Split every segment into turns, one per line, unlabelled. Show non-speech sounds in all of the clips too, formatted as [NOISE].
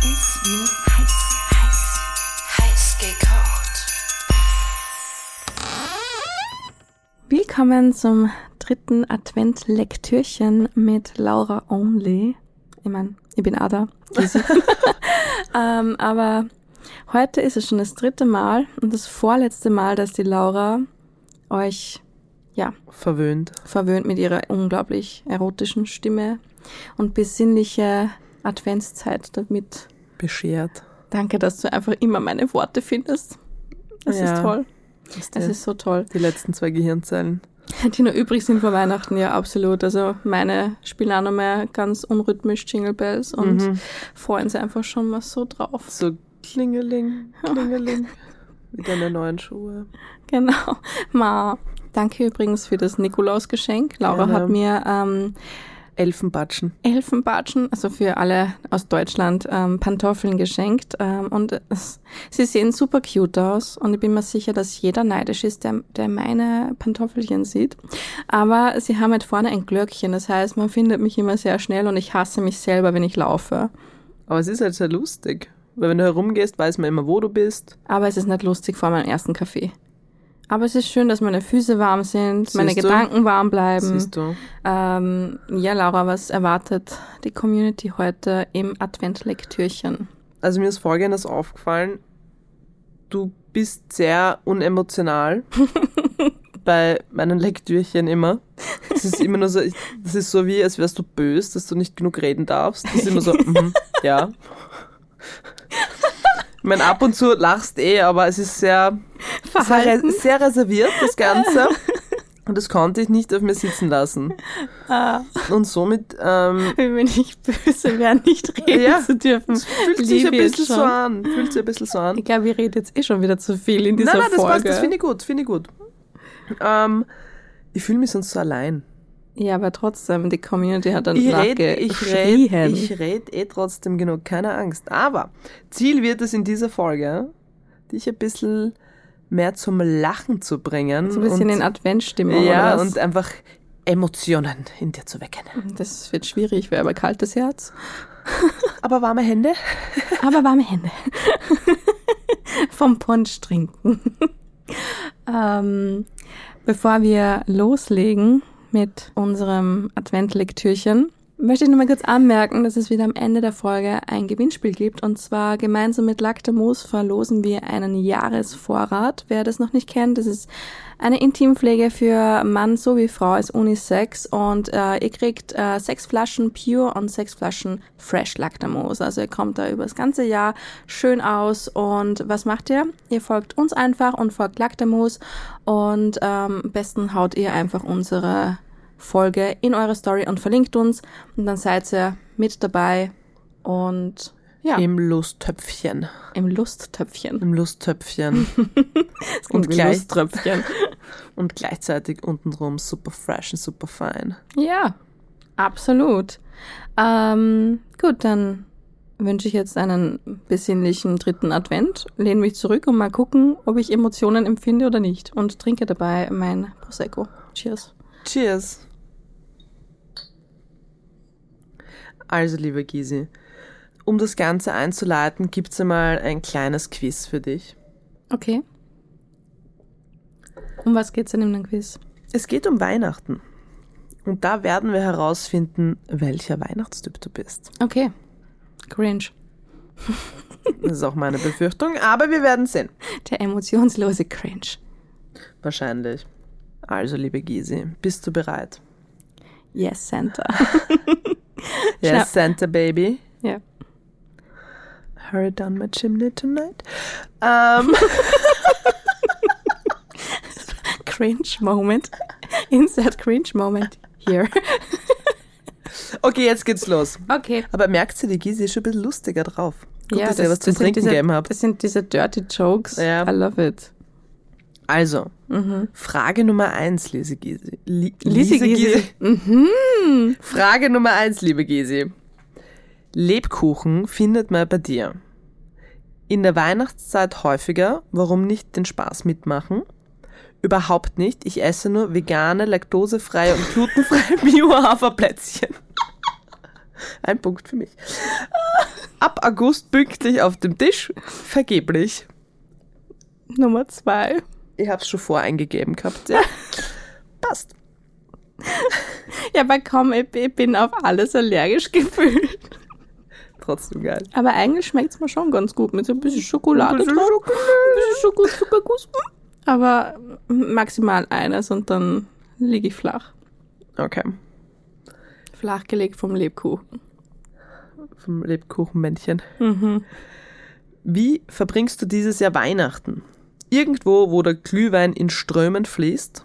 Gefühl heiß, heiß, heiß gekocht.
Willkommen zum dritten Advent-Lektürchen mit Laura Only. Ich meine, ich bin Ada. Grüß euch. ähm, aber heute ist es schon das dritte Mal und das vorletzte Mal, dass die Laura euch ja,
Verwöhnt.
verwöhnt mit ihrer unglaublich erotischen Stimme und besinnliche Adventszeit damit.
Beschert.
Danke, dass du einfach immer meine Worte findest. Das
Ja,
ist toll.
Ist
Es
der-
ist so toll.
die letzten zwei Gehirnzellen.
Die noch übrig sind vor Weihnachten, ja, absolut. Also meine spielen auch noch mal ganz unrhythmisch Jingle Bells und
Mhm.
freuen sich einfach schon mal so drauf. [LAUGHS]
So klingeling, klingeling. Mit deine neuen Schuhe.
Genau. Ma, danke übrigens für das Nikolausgeschenk. Laura
Gerne.
hat mir ähm,
Elfenbatschen.
Elfenbatschen, also für alle aus Deutschland, ähm, Pantoffeln geschenkt. Ähm, und es, sie sehen super cute aus. Und ich bin mir sicher, dass jeder neidisch ist, der, der meine Pantoffelchen sieht. Aber sie haben halt vorne ein Glöckchen. Das heißt, man findet mich immer sehr schnell und ich hasse mich selber, wenn ich laufe.
Aber es ist halt sehr lustig. Weil wenn du herumgehst, weiß man immer, wo du bist.
Aber es ist nicht lustig vor meinem ersten Kaffee. Aber es ist schön, dass meine Füße warm sind,
Siehst
meine
du?
Gedanken warm bleiben.
Siehst du.
Ähm, ja, Laura, was erwartet die Community heute im Adventlektürchen?
Also mir ist Folgendes aufgefallen. Du bist sehr
[LAUGHS]
unemotional bei meinen Lektürchen immer. Es ist immer nur so, ich- das ist so wie, als wärst du böse, dass du nicht genug reden darfst. Das ist immer so, mhm, ja. Ich meine, ab und zu lachst eh, aber es ist sehr, sehr,
Verhalten.
res- sehr reserviert, das Ganze. Und das konnte ich nicht auf mir sitzen lassen.
Ah.
Und somit ähm,
Wenn wir nicht böse wären, nicht reden
Ja.
zu dürfen.
fühlt sich
Hm.
ein
Liebe jetzt
bisschen so
schon.
an. Fühlt sich ein bisschen so an.
Ich glaube, wir reden jetzt eh schon wieder zu viel in dieser
nein, nein,
Folge.
das passt, das finde ich gut, finde ich gut. Ähm, ich fühle mich sonst so allein.
ja, aber trotzdem, die Community hat dann
Ich rede, ich rede,
nachgeschrien.
ich rede eh trotzdem genug, keine Angst. Aber Ziel wird es in dieser Folge, dich ein bisschen mehr zum Lachen zu bringen.
So ein bisschen
und,
in Adventstimmung.
Ja,
oder was?
und einfach Emotionen in dir zu wecken.
Das wird schwierig, wäre aber kaltes Herz.
Aber warme Hände?
Aber warme Hände. [LAUGHS] Vom Punsch trinken. ähm, bevor wir loslegen mit unserem Adventlektürchen, möchte ich nochmal kurz anmerken, dass es wieder am Ende der Folge ein Gewinnspiel gibt. Und zwar gemeinsam mit Lactamus verlosen wir einen Jahresvorrat. Wer das noch nicht kennt, das ist eine Intimpflege für Mann sowie Frau, ist Unisex. Und äh, ihr kriegt äh, sechs Flaschen Pure und sechs Flaschen Fresh Lactamus. Also ihr kommt da über das ganze Jahr schön aus. Und was macht ihr? Ihr folgt uns einfach und folgt Lactamus. Und ähm, am besten haut ihr einfach unsere Folge in eure Story und verlinkt uns. Und dann seid ihr mit dabei und ja, im,
Im Lusttöpfchen.
Lusttöpfchen.
Im [LAUGHS] Lusttöpfchen.
Das
und
klingt wie
gleich-
Lusttröpfchen.
und gleichzeitig untenrum super fresh und super fein.
ja, absolut. Ähm, gut, dann wünsche ich jetzt einen besinnlichen dritten Advent. Lehne mich zurück und mal gucken, ob ich Emotionen empfinde oder nicht. Und trinke dabei mein Prosecco. Cheers.
Cheers. Also, liebe Gisi, um das Ganze einzuleiten, gibt's einmal ein kleines Quiz für dich.
Okay. Um was geht's denn in dem Quiz?
Es geht um Weihnachten. Und da werden wir herausfinden, welcher Weihnachtstyp du bist.
Okay. Grinch.
Das ist auch meine Befürchtung, aber wir werden sehen.
Der emotionslose Cringe.
Wahrscheinlich. Also, liebe Gisi, bist du bereit?
Yes, Santa. Schnapp.
Yes, Santa Baby.
[LAUGHS] ja.
Hurry down my chimney tonight. Ähm, [LAUGHS]
Cringe Moment. Insert Cringe Moment here.
okay, jetzt geht's los.
Okay.
Aber merkt ihr, die Gisi ist schon ein bisschen lustiger drauf. Gut, dass ihr was zu
sind
trinken
diese,
gegeben habt.
halt Das sind diese dirty jokes.
Ja.
I love it.
Also, Frage Nummer eins, Lise Gisi. Li
Mhm. Lise
Lise Gisi.
Gisi. Mhm.
Frage Nummer eins, liebe Gisi. Lebkuchen findet man bei dir. In der Weihnachtszeit häufiger, warum nicht den Spaß mitmachen? Überhaupt nicht, ich esse nur vegane, laktosefreie und [LAUGHS] glutenfreie Bio-Haferplätzchen. Ein Punkt für mich. ab August pünktlich auf dem Tisch. Vergeblich.
[LAUGHS] Nummer zwei.
Ich hab's schon voreingegeben gehabt, ja. Passt.
Ja, aber komm, ich, ich bin auf alles allergisch [LAUGHS] gefühlt.
Trotzdem geil.
Aber eigentlich schmeckt's mir schon ganz gut mit so ein bisschen Schokolade
Ein bisschen
drauf. Ein bisschen Schokolade, Zuckerguss. Aber maximal eines und dann liege ich flach.
Okay.
Flach gelegt vom Lebkuchen.
Vom Lebkuchenmännchen.
Mhm.
Wie verbringst du dieses Jahr Weihnachten? Irgendwo, wo der Glühwein in Strömen fließt?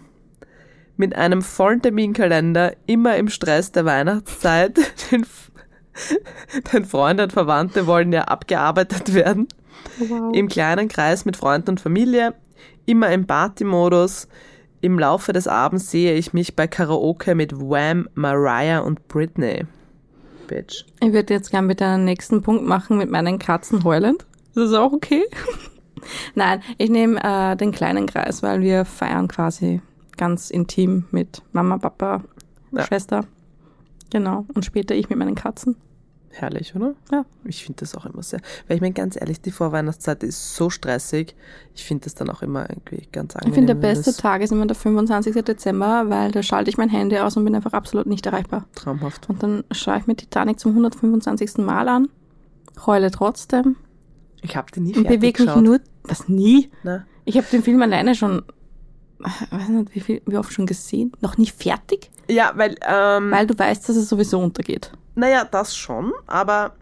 Mit einem vollen Terminkalender, immer im Stress der Weihnachtszeit? [LAUGHS] Den, F- den Freunde und Verwandte wollen ja abgearbeitet werden.
Wow.
Im kleinen Kreis mit Freunden und Familie, immer im Partymodus. Im Laufe des Abends sehe ich mich bei Karaoke mit Wham, Mariah und Britney. Bitch.
Ich würde jetzt gern bitte einen nächsten Punkt machen mit meinen Katzen heulend. Ist das auch okay? [LAUGHS] Nein, ich nehme äh, den kleinen Kreis, weil wir feiern quasi ganz intim mit Mama, Papa,
Ja.
Schwester. Genau. Und später ich mit meinen Katzen.
Herrlich, oder?
Ja.
Ich finde das auch immer sehr. Weil ich meine, ganz ehrlich, die Vorweihnachtszeit ist so stressig. Ich finde das dann auch immer irgendwie ganz angenehm.
Ich finde, der
wenn
beste
das
Tag ist immer der 25. Dezember, weil da schalte ich mein Handy aus und bin einfach absolut nicht erreichbar.
Traumhaft.
Und dann schaue ich mir Titanic zum 125. Mal an, heule trotzdem
Ich habe die nie
und
fertig
bewege mich
geschaut.
nur, was nie.
Na,
Ich habe den Film alleine schon, äh, weiß nicht, wie, viel, wie oft schon gesehen, noch nie fertig,
ja, weil, ähm,
weil du weißt, dass es sowieso untergeht.
naja, das schon, aber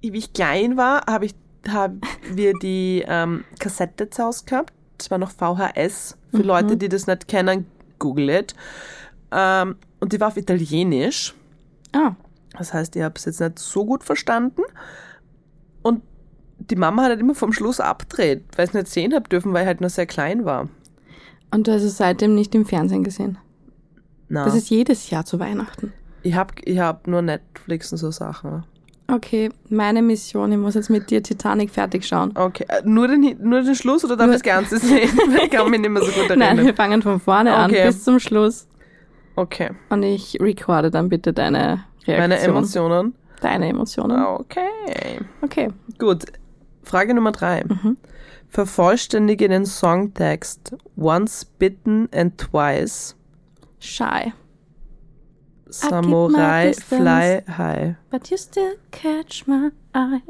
wie ich klein war, habe ich, haben wir die ähm, Kassette zu Hause gehabt. Das war noch VHS. Für
Mhm.
Leute, die das nicht kennen, google it. Ähm, und die war auf Italienisch.
Ah,
Das heißt, ich habe es jetzt nicht so gut verstanden. Und die Mama hat halt immer vom Schluss abgedreht, weil ich es nicht sehen habe dürfen, weil ich halt noch sehr klein war.
und du hast es seitdem nicht im Fernsehen gesehen.
Na,
Das ist jedes Jahr zu Weihnachten.
ich habe ich hab nur Netflix und so Sachen.
Okay, meine Mission, ich muss jetzt mit dir Titanic fertig schauen.
Okay, äh, nur den, Hi- nur den Schluss oder darf
Nur-
ich das
[LAUGHS]
Ganze sehen? ich kann mich nicht mehr so gut erinnern.
Nein, wir fangen von vorne
Okay.
an bis zum Schluss.
Okay,
Und ich recorde dann bitte deine Reaktion. Mhm.
meine Emotionen.
Deine Emotionen.
Okay,
Okay.
gut. Frage Nummer drei.
Mhm.
Vervollständige den Songtext Once Bitten and Twice
Ah, Shy. my
Samurai
distance.
Fly High.
But you still catch my eye.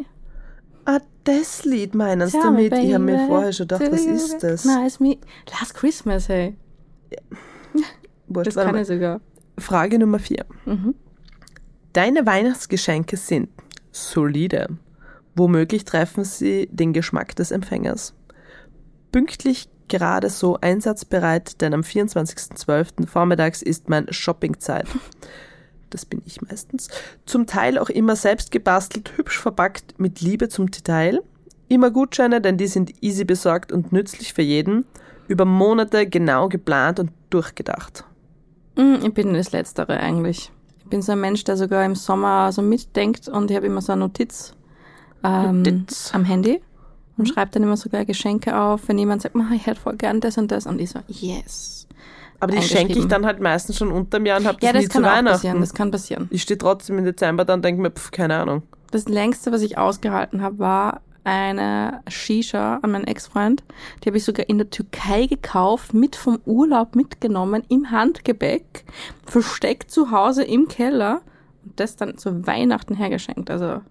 Ah, das Lied meinst du
Tell me,
mit? Ich habe mir
baby,
vorher schon gedacht,
do
was
you
ist das?
Recognize me. Last Christmas, hey.
Wurscht,
Das
warte
kann
mal.
ich sogar.
Frage Nummer vier.
Mhm.
Deine Weihnachtsgeschenke sind solide. Womöglich treffen sie den Geschmack des Empfängers. Pünktlich gerade so einsatzbereit, denn am 24.12. vormittags ist mein Shoppingzeit. Das bin ich meistens. Zum Teil auch immer selbst gebastelt, hübsch verpackt, mit Liebe zum Detail. Immer Gutscheine, denn die sind easy besorgt und nützlich für jeden. Über Monate genau geplant und durchgedacht.
Mm, Ich bin das Letztere eigentlich. Ich bin so ein Mensch, der sogar im Sommer so mitdenkt und ich habe immer so eine Notiz, ähm,
Notiz.
am Handy und schreibe dann immer sogar Geschenke auf, wenn jemand sagt, "Ma, ich hätte voll gern das und das und ich so, yes.
Aber die schenke ich
Eingeschrieben.
dann halt meistens schon unterm Jahr und habe das,
Ja, das
nie zu
kann auch
Weihnachten.
passieren, das kann passieren.
ich stehe trotzdem im Dezember da und denke mir, pf, keine Ahnung.
Das längste, was ich ausgehalten habe, war eine Shisha an meinen Ex-Freund. Die habe ich sogar in der Türkei gekauft, mit vom Urlaub mitgenommen, im Handgepäck, versteckt zu Hause im Keller und das dann zu Weihnachten hergeschenkt. Also, das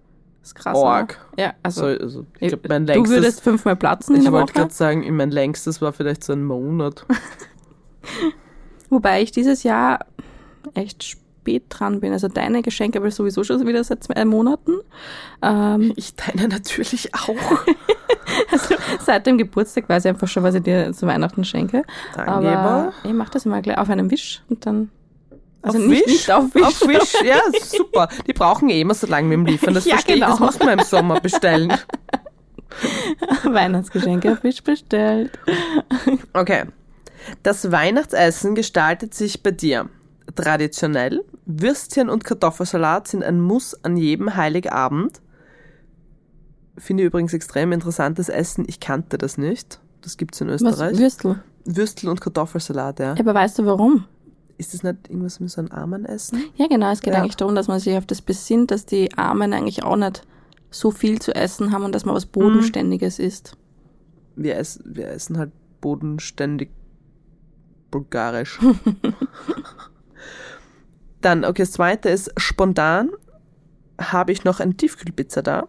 ist krass.
Org.
Oder? Ja, also,
Also, also ich
ich-
glaube, mein
du
längstes.
würdest fünfmal platzen in
ich
der
wollte
Woche.
gerade sagen, mein längstes war vielleicht so
[LAUGHS]
ein Monat.
Wobei ich dieses Jahr echt spät dran bin. Also deine Geschenke habe ich sowieso schon wieder seit zwei Monaten. Ähm,
Ich deine natürlich auch.
Also [LAUGHS] seit dem Geburtstag weiß ich einfach schon, was ich dir zu Weihnachten schenke.
Angeber.
Aber ich mache das immer gleich auf einem Wisch und dann. Also
auf
nicht,
Wish?
nicht auf Wisch.
Auf Wish, ja, super. Die brauchen eh immer so lange mit dem Liefern. Das
Ja,
verstehe ich, das
genau.
muss man im Sommer bestellen.
[LAUGHS] Weihnachtsgeschenke auf Wisch bestellt.
Okay. Das Weihnachtsessen gestaltet sich bei dir. Traditionell, Würstchen und Kartoffelsalat sind ein Muss an jedem Heiligabend. Finde ich übrigens extrem interessantes Essen. Ich kannte das nicht. Das gibt's in
Was,
Österreich.
Würstel.
Würstel und Kartoffelsalat, ja.
Aber weißt du warum?
Ist das nicht irgendwas mit so einem armen Essen?
Ja, genau. Es geht
Ja.
eigentlich darum, dass man sich auf das besinnt, dass die Armen eigentlich auch nicht so viel zu essen haben und dass man was Bodenständiges isst.
Wir, ess, wir essen halt bodenständig bulgarisch. Dann, okay, das zweite ist spontan habe ich noch eine Tiefkühlpizza da.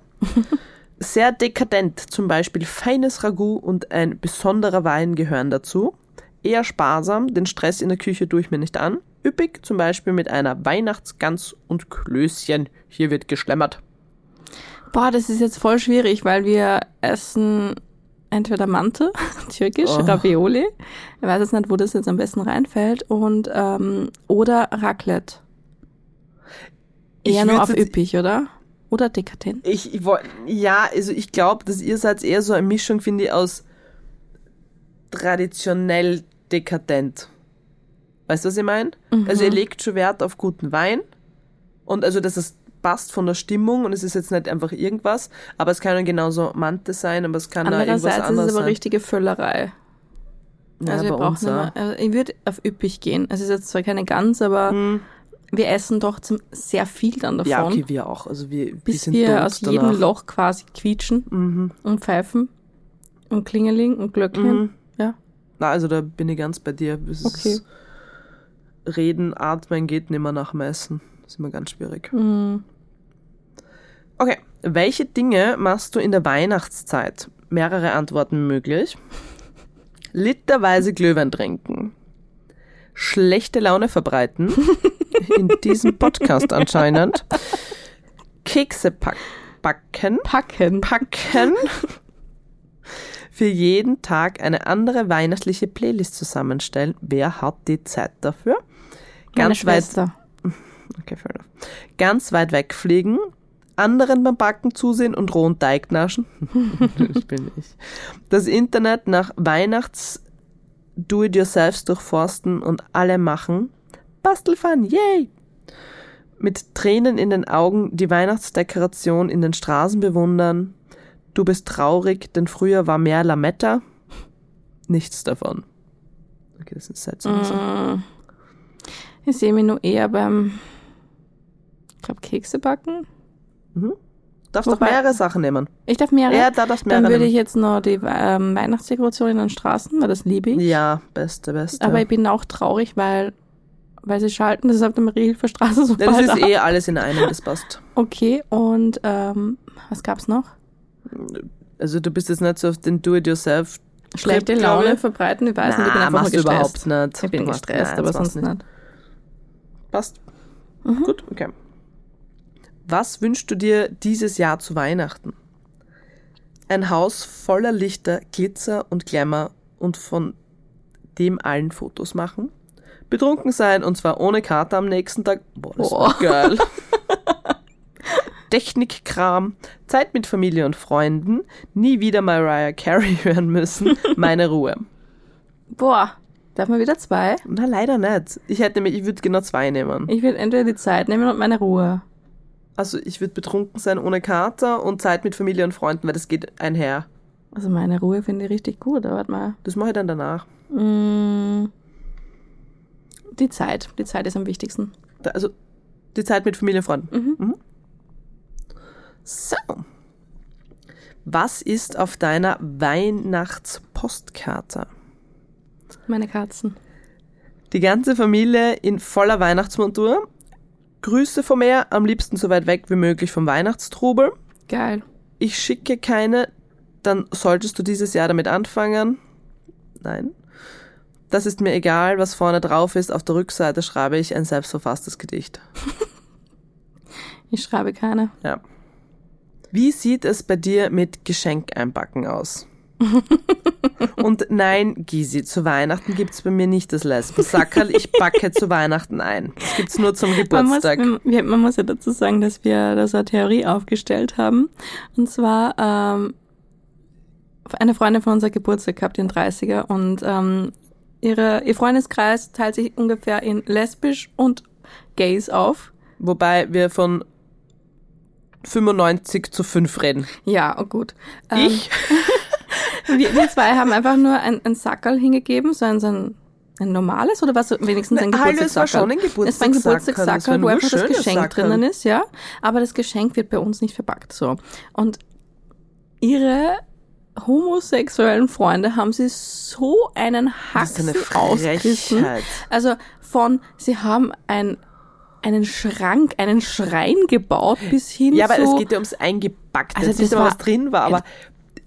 Sehr dekadent, zum Beispiel feines Ragout und ein besonderer Wein gehören dazu. Eher sparsam, den Stress in der Küche tue ich mir nicht an. Üppig, zum Beispiel mit einer Weihnachtsgans und Klößchen. Hier wird geschlemmert.
Boah, das ist jetzt voll schwierig, weil wir essen entweder Mante, [LAUGHS] türkisch,
Oh.
Ravioli. Ich weiß jetzt nicht, wo das jetzt am besten reinfällt. Und, ähm, oder Raclette.
Ich
Eher nur
würd's
auf
jetzt-
üppig, oder? Oder dekadent.
Ich, ich woll- ja, also ich glaube, dass ihr seid eher so eine Mischung, finde ich, aus traditionell dekadent. Weißt du, was ich meine? Also ihr
Mhm.
legt schon Wert auf guten Wein und also, dass es passt von der Stimmung und es ist jetzt nicht einfach irgendwas, aber es kann ja genauso Mante sein, aber es kann auch irgendwas
Andererseits ist
anderes
es aber
sein.
richtige Völlerei.
ja,
also wir
bei
brauchen
uns
immer,
auch.
also ich würde auf üppig gehen. Es ist jetzt zwar keine Gans, aber
Hm.
wir essen doch zum, sehr viel dann davon,
Ja, okay, wir auch. Also wir, wir
bis
sind
wir
tot
aus
danach.
jedem Loch quasi quietschen
Mhm.
und pfeifen und klingeling und glöckchen.
Mhm.
Ja.
Na, also da bin ich ganz bei dir. Es
Okay.
Ist Reden, atmen geht nimmer nach dem Essen. ist immer ganz schwierig.
Mhm.
Okay. Welche Dinge machst du in der Weihnachtszeit? Mehrere Antworten möglich. Literweise Glühwein trinken. Schlechte Laune verbreiten.
[LAUGHS]
In diesem Podcast anscheinend. Kekse pack backen.
Packen.
Packen. [LAUGHS] Für jeden Tag eine andere weihnachtliche Playlist zusammenstellen. Wer hat die Zeit dafür?
Meine
Ganz weit
Schwester.
Okay, fair enough. Ganz weit wegfliegen, anderen beim Backen zusehen und rohen Teig naschen. das bin ich. Das Internet nach Weihnachts Do-it-yourselfs durchforsten und alle machen. Bastelfun, yay! Mit Tränen in den Augen die Weihnachtsdekoration in den Straßen bewundern. Du bist traurig, denn früher war mehr Lametta. Nichts davon. Okay, das ist seltsam.
Mhm. Ich sehe mich nur eher beim, ich glaube, Kekse backen.
Du darfst doch
Wobei-
mehrere Sachen nehmen.
Ich darf mehrere.
Ja, da darfst du
dann
mehrere
würde
nehmen.
ich jetzt noch die ähm, Weihnachtsdekoration in den Straßen, weil das liebe ich.
Ja, beste, beste.
Aber ich bin auch traurig, weil, weil sie schalten, das ist auf der Mariehilferstraße so
Ja, das
bald
ist
ab.
eh alles in einem, das passt.
Okay, und ähm, was gab's noch?
Also du bist jetzt nicht so auf den Do-it-yourself.
Schlechte
Trip, glaub
Laune
ich.
verbreiten, ich weiß nicht, ich bin
Na,
einfach nur
machst du
gestresst.
überhaupt nicht.
Ich bin
Du machst-
gestresst,
nein,
aber
das machst
sonst nicht.
Passt. Gut, okay. Was wünschst du dir dieses Jahr zu Weihnachten? Ein Haus voller Lichter, Glitzer und Glamour und von dem allen Fotos machen. Betrunken sein und zwar ohne Karte am nächsten Tag. Boah, das war
Boah.
geil. Technikkram, Zeit mit Familie und Freunden, nie wieder Mariah Carey [LAUGHS] hören müssen, meine Ruhe.
Boah, darf man wieder zwei?
Na, leider nicht. Ich hätte nämlich, ich würde genau zwei nehmen.
Ich will entweder die Zeit nehmen und meine Ruhe.
Also ich würde betrunken sein ohne Kater und Zeit mit Familie und Freunden, weil das geht einher.
Also meine Ruhe finde ich richtig gut, aber warte mal.
Das mache ich dann danach.
Mm, die Zeit, die Zeit ist am wichtigsten.
Da, also die Zeit mit Familie und Freunden.
Mhm.
So. Was ist auf deiner Weihnachtspostkarte?
Meine Katzen.
Die ganze Familie in voller Weihnachtsmontur. Grüße vom Meer, am liebsten so weit weg wie möglich vom Weihnachtstrubel.
Geil.
ich schicke keine, dann solltest du dieses Jahr damit anfangen. Nein. Das ist mir egal, was vorne drauf ist. Auf der Rückseite schreibe ich ein selbstverfasstes Gedicht.
Ich schreibe keine.
Ja. Wie sieht es bei dir mit Geschenk
[LAUGHS]
einpacken aus? Und nein, Gisi, zu Weihnachten gibt's bei mir nicht das Lesbensackerl. Ich backe zu Weihnachten ein. Das gibt's nur zum
Man muss,
Geburtstag.
wir, man muss ja dazu sagen, dass wir das eine Theorie aufgestellt haben. Und zwar ähm, eine Freundin von uns hat Geburtstag gehabt, den 30er. Und ähm, ihre, ihr Freundeskreis teilt sich ungefähr in lesbisch und gays auf.
Wobei wir von 95 zu 5 reden.
Ja, oh gut. Ähm,
ich?
Wir, wir zwei haben einfach nur ein, ein Sackerl hingegeben, so ein, so ein Ein normales oder was? Wenigstens ein
Hallo, es war
Geburtstagssackerl.
schon ein
Es war ein
Geburtstagssackerl. Es
Geburtstagssackerl,
war ein
wo einfach das
urschönes
Geschenk
Sackerl.
drinnen ist, ja. Aber das Geschenk wird bei uns nicht verpackt so. Und ihre homosexuellen Freunde haben sie so einen
Das
Hack
ist eine
ausgerissen.
Frechheit.
Also von, sie haben ein, einen Schrank, einen Schrein gebaut bis hin
Ja, aber
zu...
es geht ja ums Eingepackte.
Also
Also,
das
nicht immer
war-
was drin war, aber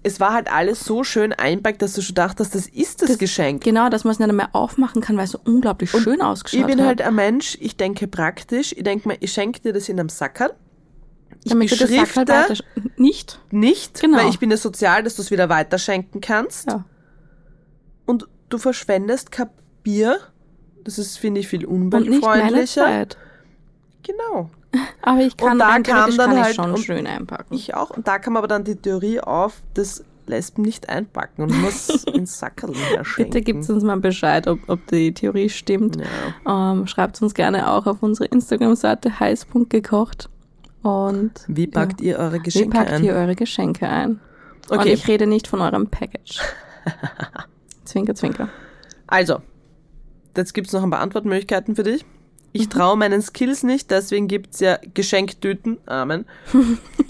es war halt alles so schön einpackt, dass du schon dachtest, das ist das,
Das-
Geschenk.
Genau, dass man es nicht mehr aufmachen kann, weil es so unglaublich schön ausgeschaut
Ich bin
hat.
halt ein Mensch, ich denke praktisch. Ich denke mir, ich schenke dir das in einem Sackerl. Ich
damit du das
beschrifte
Sackerl weiter [LAUGHS] nicht.
nicht,
Genau.
weil ich bin ja sozial, dass du es wieder weiterschenken kannst.
Ja.
Und du verschwendest kein Bier. Das ist, finde ich, viel
Und nicht meine
umweltfreundlicher.
Zeit.
Genau.
Aber ich kann
Und da
rein
kam
theoretisch
dann
kann ich
halt-
schon
und-
schön einpacken.
Ich auch. Und da kam aber dann die Theorie auf, dass Lesben nicht einpacken und muss [LAUGHS] ins Sackerl herschenken.
Bitte gebt uns mal Bescheid, ob, ob die Theorie stimmt.
Ja.
Ähm, Schreibt uns gerne auch auf unsere Instagram-Seite heiß.gekocht. Und
Wie packt ihr eure
wie
Geschenke
packt
ein?
ihr eure Geschenke ein? Und
okay,
ich rede nicht von eurem
[LAUGHS]
Package. zwinker, zwinker.
also, jetzt gibt's noch ein paar Antwortmöglichkeiten für dich. Ich traue meinen Skills nicht, deswegen gibt's ja Geschenktüten. [LAUGHS] Amen.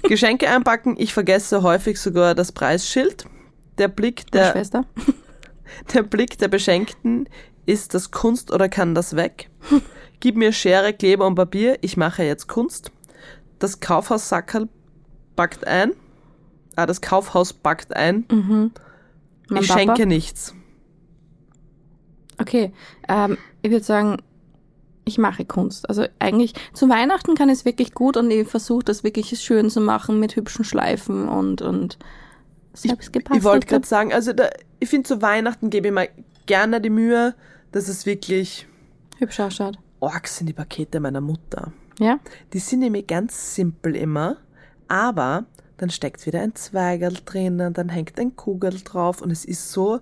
Geschenke einpacken, ich vergesse häufig sogar das Preisschild. Der Blick
Meine
der,
Schwester.
der Blick der Beschenkten ist das Kunst oder kann das weg? Gib mir Schere, Kleber und Papier, ich mache jetzt Kunst. Das Kaufhaus Sackerl packt ein. Ah, das Kaufhaus packt ein.
Mhm. Mein
ich
Papa.
schenke nichts.
Okay, ähm, ich würde sagen, ich mache Kunst. Also eigentlich zu Weihnachten kann ich es wirklich gut und ich versuche das wirklich schön zu machen mit hübschen Schleifen und und selbst
Ich wollte gerade
gepasst.
sagen, also da, ich finde zu Weihnachten gebe ich mir gerne die Mühe, dass es wirklich
Hübsch ausschaut.
arg sind die Pakete meiner Mutter.
Ja?
Die sind nämlich ganz simpel immer, aber dann steckt wieder ein Zweigel drinnen, dann hängt ein Kugel drauf und es ist so.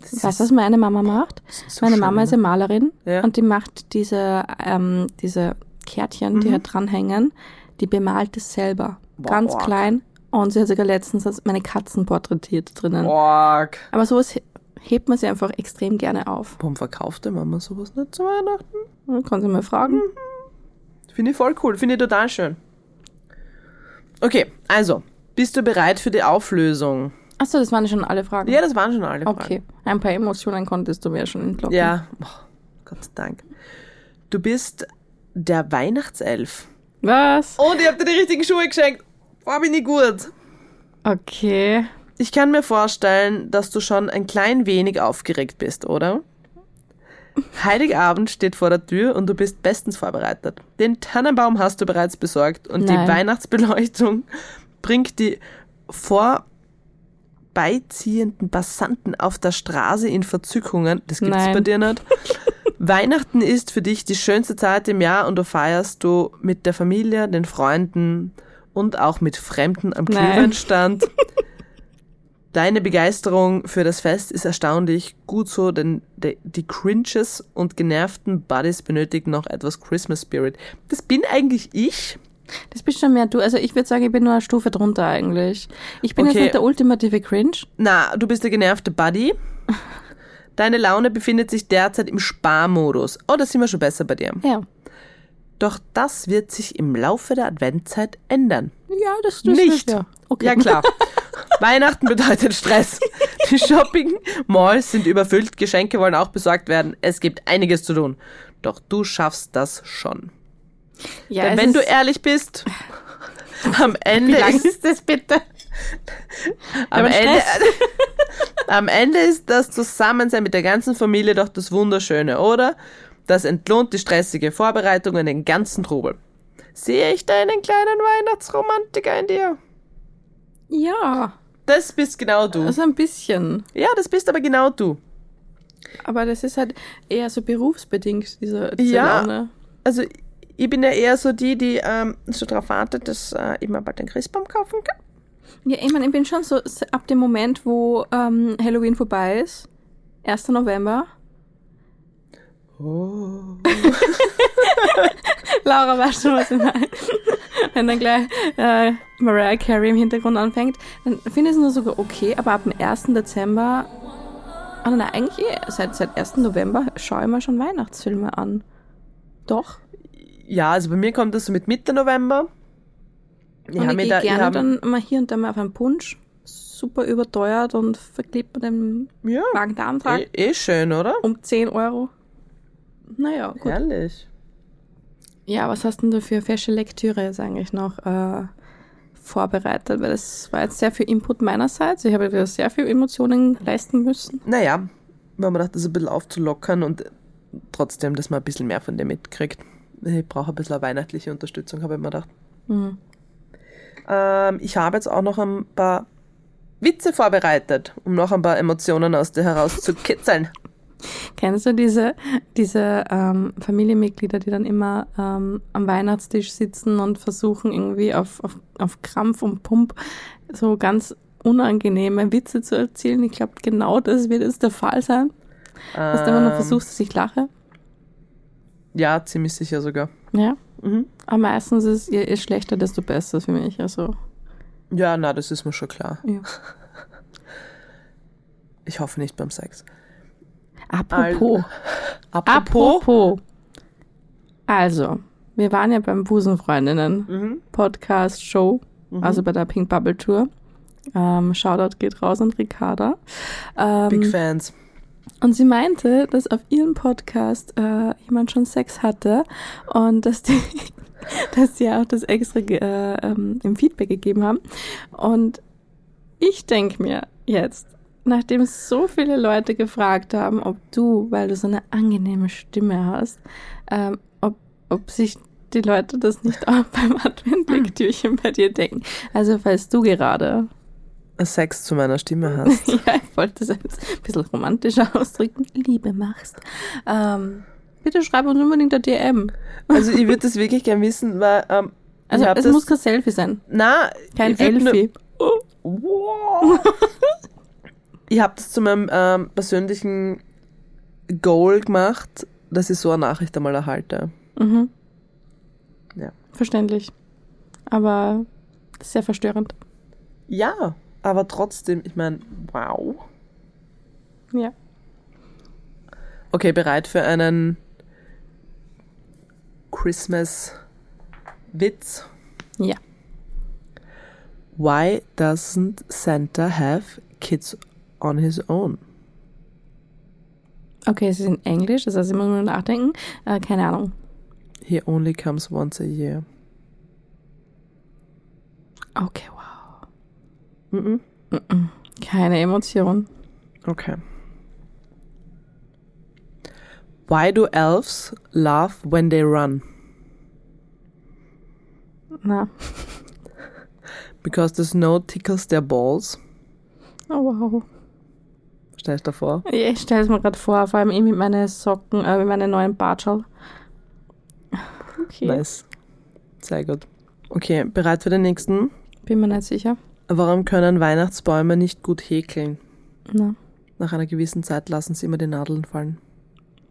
Das
Weißt du, was meine Mama macht?
so
Meine
schön,
Mama ist
ne?
eine Malerin
Ja.
und die macht diese, ähm, diese Kärtchen, die
Mhm.
halt dranhängen, die bemalt es selber.
Boah,
Ganz
arg.
klein. Und sie hat sogar letztens das- meine Katzen porträtiert drinnen.
Arg.
Aber sowas he- hebt man sie einfach extrem gerne auf.
Warum verkauft der Mama sowas nicht zu Weihnachten?
Kannst du mal
Mhm.
fragen?
Finde ich voll cool, finde ich total schön. Okay, also, bist du bereit für die Auflösung?
Achso, das waren schon alle Fragen.
Ja, das waren schon alle Fragen.
Okay, ein paar Emotionen konntest du mir schon entlocken.
Ja, oh, Gott sei Dank. Du bist der Weihnachtself.
Was?
Und ich hab dir Oh, die richtigen Schuhe geschenkt. War bin ich gut.
Okay.
Ich kann mir vorstellen, dass du schon ein klein wenig aufgeregt bist, oder? Heiligabend steht vor der Tür und du bist bestens vorbereitet. Den Tannenbaum hast du bereits besorgt und
Nein.
die Weihnachtsbeleuchtung bringt die vorbeiziehenden Passanten auf der Straße in Verzückungen. Das gibt's
Nein.
bei dir nicht. Weihnachten ist für dich die schönste Zeit im Jahr und du feierst du mit der Familie, den Freunden und auch mit Fremden am
Nein.
Glühweinstand. Deine Begeisterung für das Fest ist erstaunlich gut so, denn de- die Cringes und genervten Buddies benötigen noch etwas Christmas Spirit. Das bin eigentlich ich.
Das bist schon mehr du. Also ich würde sagen, ich bin nur eine Stufe drunter eigentlich. Ich bin jetzt
Okay.
nicht der ultimative Cringe.
Na, du bist der genervte Buddy. Deine Laune befindet sich derzeit im Sparmodus. Oh, da sind wir schon besser bei dir.
Ja.
Doch das wird sich im Laufe der Adventszeit ändern.
Ja, das, das
Nicht.
Ja. Okay.
Ja
[LAUGHS]
klar. Weihnachten bedeutet Stress. Die Shopping-Malls sind überfüllt, Geschenke wollen auch besorgt werden. Es gibt einiges zu tun. Doch du schaffst das schon.
Ja,
Denn
es
wenn du
ist-
ehrlich bist, am Ende
lang
ist das bitte. Am
aber
Ende,
Stress.
[LAUGHS] am Ende ist das Zusammensein mit der ganzen Familie doch das Wunderschöne, oder? Das entlohnt die stressige Vorbereitung und den ganzen Trubel. Sehe ich da einen kleinen Weihnachtsromantiker in dir?
ja,
Das bist genau du.
also ein bisschen.
Ja, das bist aber genau du.
Aber das ist halt eher so berufsbedingt, diese, diese
Ja.
Laune.
Also ich bin ja eher so die, die ähm, so drauf wartet, dass äh, ich mir bald den Christbaum kaufen kann.
Ja, ich meine, ich bin schon so s- ab dem Moment, wo ähm, Halloween vorbei ist, 1. November.
Oh.
Laura weiß schon, was ich meine. Wenn dann gleich äh, Mariah Carey im Hintergrund anfängt, dann finde ich es nur sogar okay, aber ab dem 1. Dezember Oh nein, eigentlich eh, seit, seit 1. November schaue ich mir schon Weihnachtsfilme an. Doch.
Ja, also bei mir kommt das so mit Mitte November. Ich
und
hab
ich
mir
gehe
da- ich
gerne
hab-
dann mal hier und da mal auf einen Punsch. Super überteuert und verklebt mit dem
Ja,
Magen-Darm-Trakt
eh, eh schön, oder?
um 10 Euro. Naja, gut.
Herrlich.
Ja, was hast denn du für fesche Lektüre jetzt eigentlich noch äh, vorbereitet? Weil das war jetzt sehr viel Input meinerseits. Ich habe wieder sehr viel Emotionen leisten müssen.
Naja, wir haben gedacht, das ein bisschen aufzulockern und trotzdem, dass man ein bisschen mehr von dem mitkriegt. Ich brauche ein bisschen eine weihnachtliche Unterstützung, habe ich mir gedacht.
Mhm.
Ähm, ich habe jetzt auch noch ein paar Witze vorbereitet, um noch ein paar Emotionen aus dir herauszukitzeln.
Kennst du diese, diese ähm, Familienmitglieder, die dann immer ähm, am Weihnachtstisch sitzen und versuchen irgendwie auf, auf, auf Krampf und Pump so ganz unangenehme Witze zu erzählen? Ich glaube, genau das wird jetzt der Fall sein, dass du immer noch
Ähm,
versuchst, dass ich lache.
Ja, ziemlich sicher sogar.
Ja.
Mhm.
Aber meistens ist je, je schlechter, desto besser für mich. Also,
Ja, na, das ist mir schon klar.
ja.
Ich hoffe nicht beim Sex.
Apropos. Apropos. Also, wir waren ja beim Busenfreundinnen
Mhm.
Podcast Show, also bei der Pink Bubble Tour. Ähm, Shoutout geht raus an Ricarda. Ähm,
Big Fans.
und sie meinte, dass auf ihrem Podcast äh, jemand schon Sex hatte und dass die, [LAUGHS] dass sie auch das extra ge- äh, ähm, im Feedback gegeben haben. Und ich denke mir jetzt, nachdem so viele Leute gefragt haben, ob du, weil du so eine angenehme Stimme hast, ähm, ob, ob sich die Leute das nicht auch [LAUGHS] beim Adventlektürchen bei dir denken. Also falls du gerade,
Sex zu meiner Stimme [LAUGHS] hast.
[LAUGHS] ja, ich wollte es jetzt ein bisschen romantischer [LAUGHS] ausdrücken, Liebe machst, ähm, bitte schreib uns unbedingt eine DM.
Also ich würde das wirklich gern wissen, weil ähm,
Also
ich hab
es
das,
muss kein Selfie sein,
na,
kein
ich würd nur-
Elfie.
Wow. ich habe das zu meinem ähm, persönlichen Goal gemacht, dass ich so eine Nachricht einmal erhalte.
Mhm.
Ja.
Verständlich. Aber sehr verstörend.
Ja, aber trotzdem, ich meine, wow.
Ja.
Okay, bereit für einen Christmas-Witz?
Ja.
Why doesn't Santa have kids on his own?
Okay, es ist in Englisch, das heißt, ich muss nur nachdenken. Äh, keine Ahnung.
He only comes once a year.
Okay, wow.
Mhm.
Keine Emotion.
Okay. Why do elves laugh when they run?
Na.
Because the snow tickles their balls.
Oh, wow.
Stell ich davor.
Ja, Ich stelle es mir gerade vor, vor allem ich mit meinen Socken, äh, mit meinen neuen Bartschal. Okay.
Nice. Sehr gut. Okay, bereit für den nächsten?
Bin mir nicht sicher.
Warum können Weihnachtsbäume nicht gut häkeln?
Na.
Nach einer gewissen Zeit lassen sie immer die Nadeln fallen.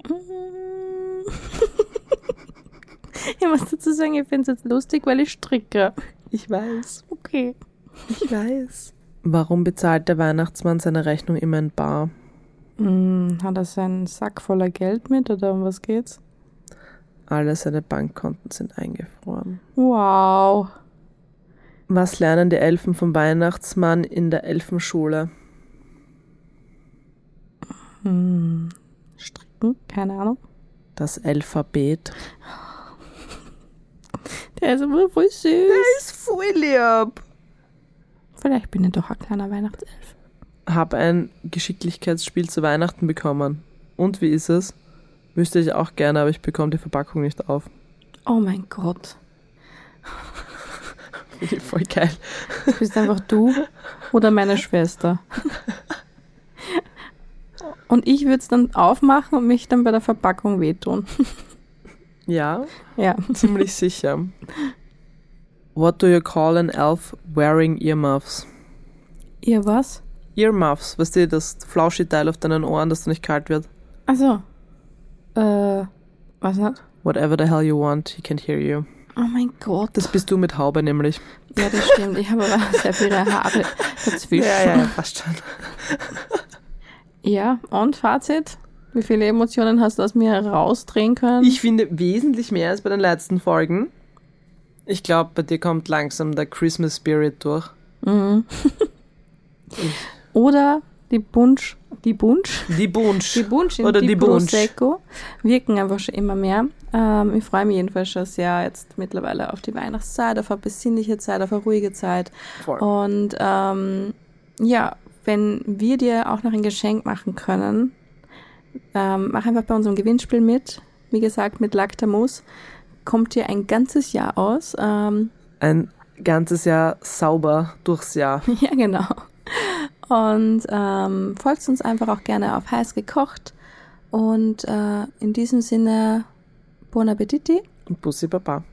Mhm. [LAUGHS] Ich muss dazu sagen, ich finde es jetzt lustig, weil ich stricke.
Ich weiß,
Okay.
ich weiß. Warum bezahlt der Weihnachtsmann seine Rechnung immer in bar?
Hm, hat er seinen Sack voller Geld mit oder um was geht's?
Alle seine Bankkonten sind eingefroren.
Wow.
Was lernen die Elfen vom Weihnachtsmann in der Elfenschule?
Hm. Stricken? Keine Ahnung.
Das Alphabet.
Der ist aber voll süß.
ist voll lieb.
Vielleicht bin ich doch ein kleiner Weihnachtself.
Hab ein Geschicklichkeitsspiel zu Weihnachten bekommen. Und wie ist es? Wüsste ich auch gerne, aber ich bekomme die Verpackung nicht auf.
Oh mein Gott.
Finde ich [LAUGHS] Voll geil.
Du bist einfach du oder meine Schwester. Und ich würde es dann aufmachen und mich dann bei der Verpackung wehtun.
Ja,
Ja.
ziemlich sicher. What do you call an elf wearing earmuffs?
Ihr was?
Earmuffs, weißt du, das flauschige Teil auf deinen Ohren, dass du nicht kalt wird.
Also. Äh, was nicht?
Whatever the hell you want, he can't hear you.
Oh mein Gott.
Das bist du mit Haube nämlich.
ja, das stimmt. Ich habe aber sehr viele Haare dazwischen.
fast schon.
Ja, und Fazit? Wie viele Emotionen hast du aus mir rausdrehen können?
[LAUGHS] Ich finde wesentlich mehr als bei den letzten Folgen. Ich glaube, bei dir kommt langsam der Christmas Spirit durch.
mhm. Oder die Bunsch, die Bunsch,
Die Bunsch.
die Bunsch
Oder die Bunsch.
Prosecco wirken einfach schon immer mehr. Ähm, ich freue mich jedenfalls schon sehr jetzt mittlerweile auf die Weihnachtszeit, auf eine besinnliche Zeit, auf eine ruhige Zeit.
Voll.
Und ähm, ja, wenn wir dir auch noch ein Geschenk machen können, ähm, mach einfach bei unserem Gewinnspiel mit. Wie gesagt, mit Lactamus kommt dir ein ganzes Jahr aus. Ähm, [LAUGHS]
Ein ganzes Jahr sauber durchs [LAUGHS] Jahr.
ja, genau. Und ähm, folgt uns einfach auch gerne auf heiß gekocht. Und äh, in diesem Sinne, buon appetiti.
Und Bussi Baba.